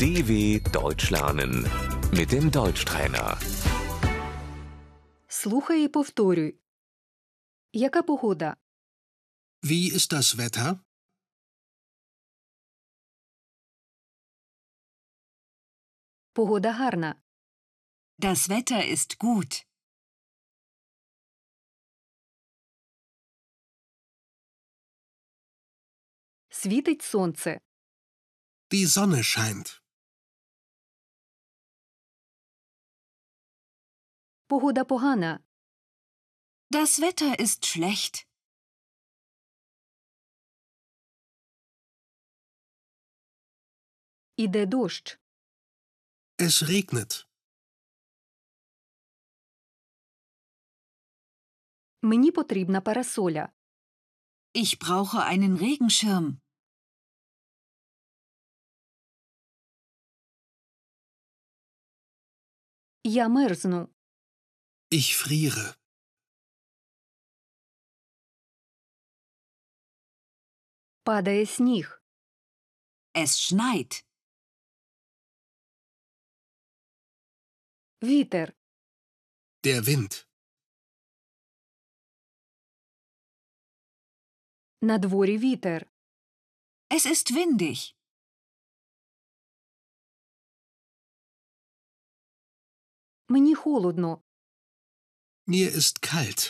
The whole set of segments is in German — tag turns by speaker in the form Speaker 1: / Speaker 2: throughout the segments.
Speaker 1: DW Deutsch lernen mit dem Deutschtrainer.
Speaker 2: Слухай і повторюй. Яка погода?
Speaker 3: Wie ist das Wetter?
Speaker 2: Погода гарна.
Speaker 4: Das Wetter ist gut.
Speaker 2: Світить сонце.
Speaker 3: Die Sonne scheint.
Speaker 2: Погода погана.
Speaker 4: Das Wetter ist schlecht.
Speaker 2: Іде дощ.
Speaker 3: Es regnet.
Speaker 2: Мені потрібна парасоля.
Speaker 4: Ich brauche einen Regenschirm.
Speaker 2: Я мерзну.
Speaker 3: Ich friere.
Speaker 2: Падає сніг.
Speaker 4: Es schneit.
Speaker 2: Вітер.
Speaker 3: Der Wind.
Speaker 2: На дворі вітер.
Speaker 4: Es ist windig.
Speaker 2: Мені холодно.
Speaker 3: Mir ist kalt.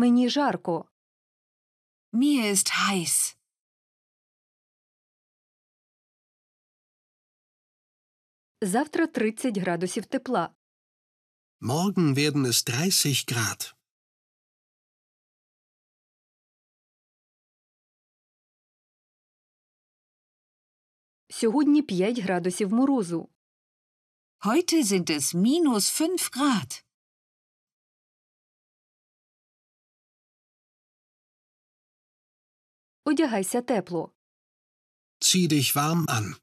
Speaker 2: Мені жарко.
Speaker 4: Mir ist heiß.
Speaker 2: Завтра 30 градусів тепла.
Speaker 3: Morgen werden es 30 Grad.
Speaker 2: Сьогодні 5 градусів морозу.
Speaker 4: Heute sind es minus 5 Grad.
Speaker 2: Одягайся тепло.
Speaker 3: Zieh dich warm an.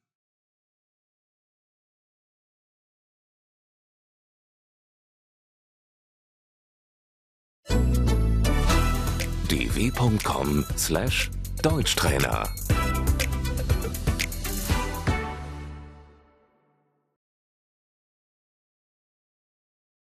Speaker 1: dw.com/deutschtrainer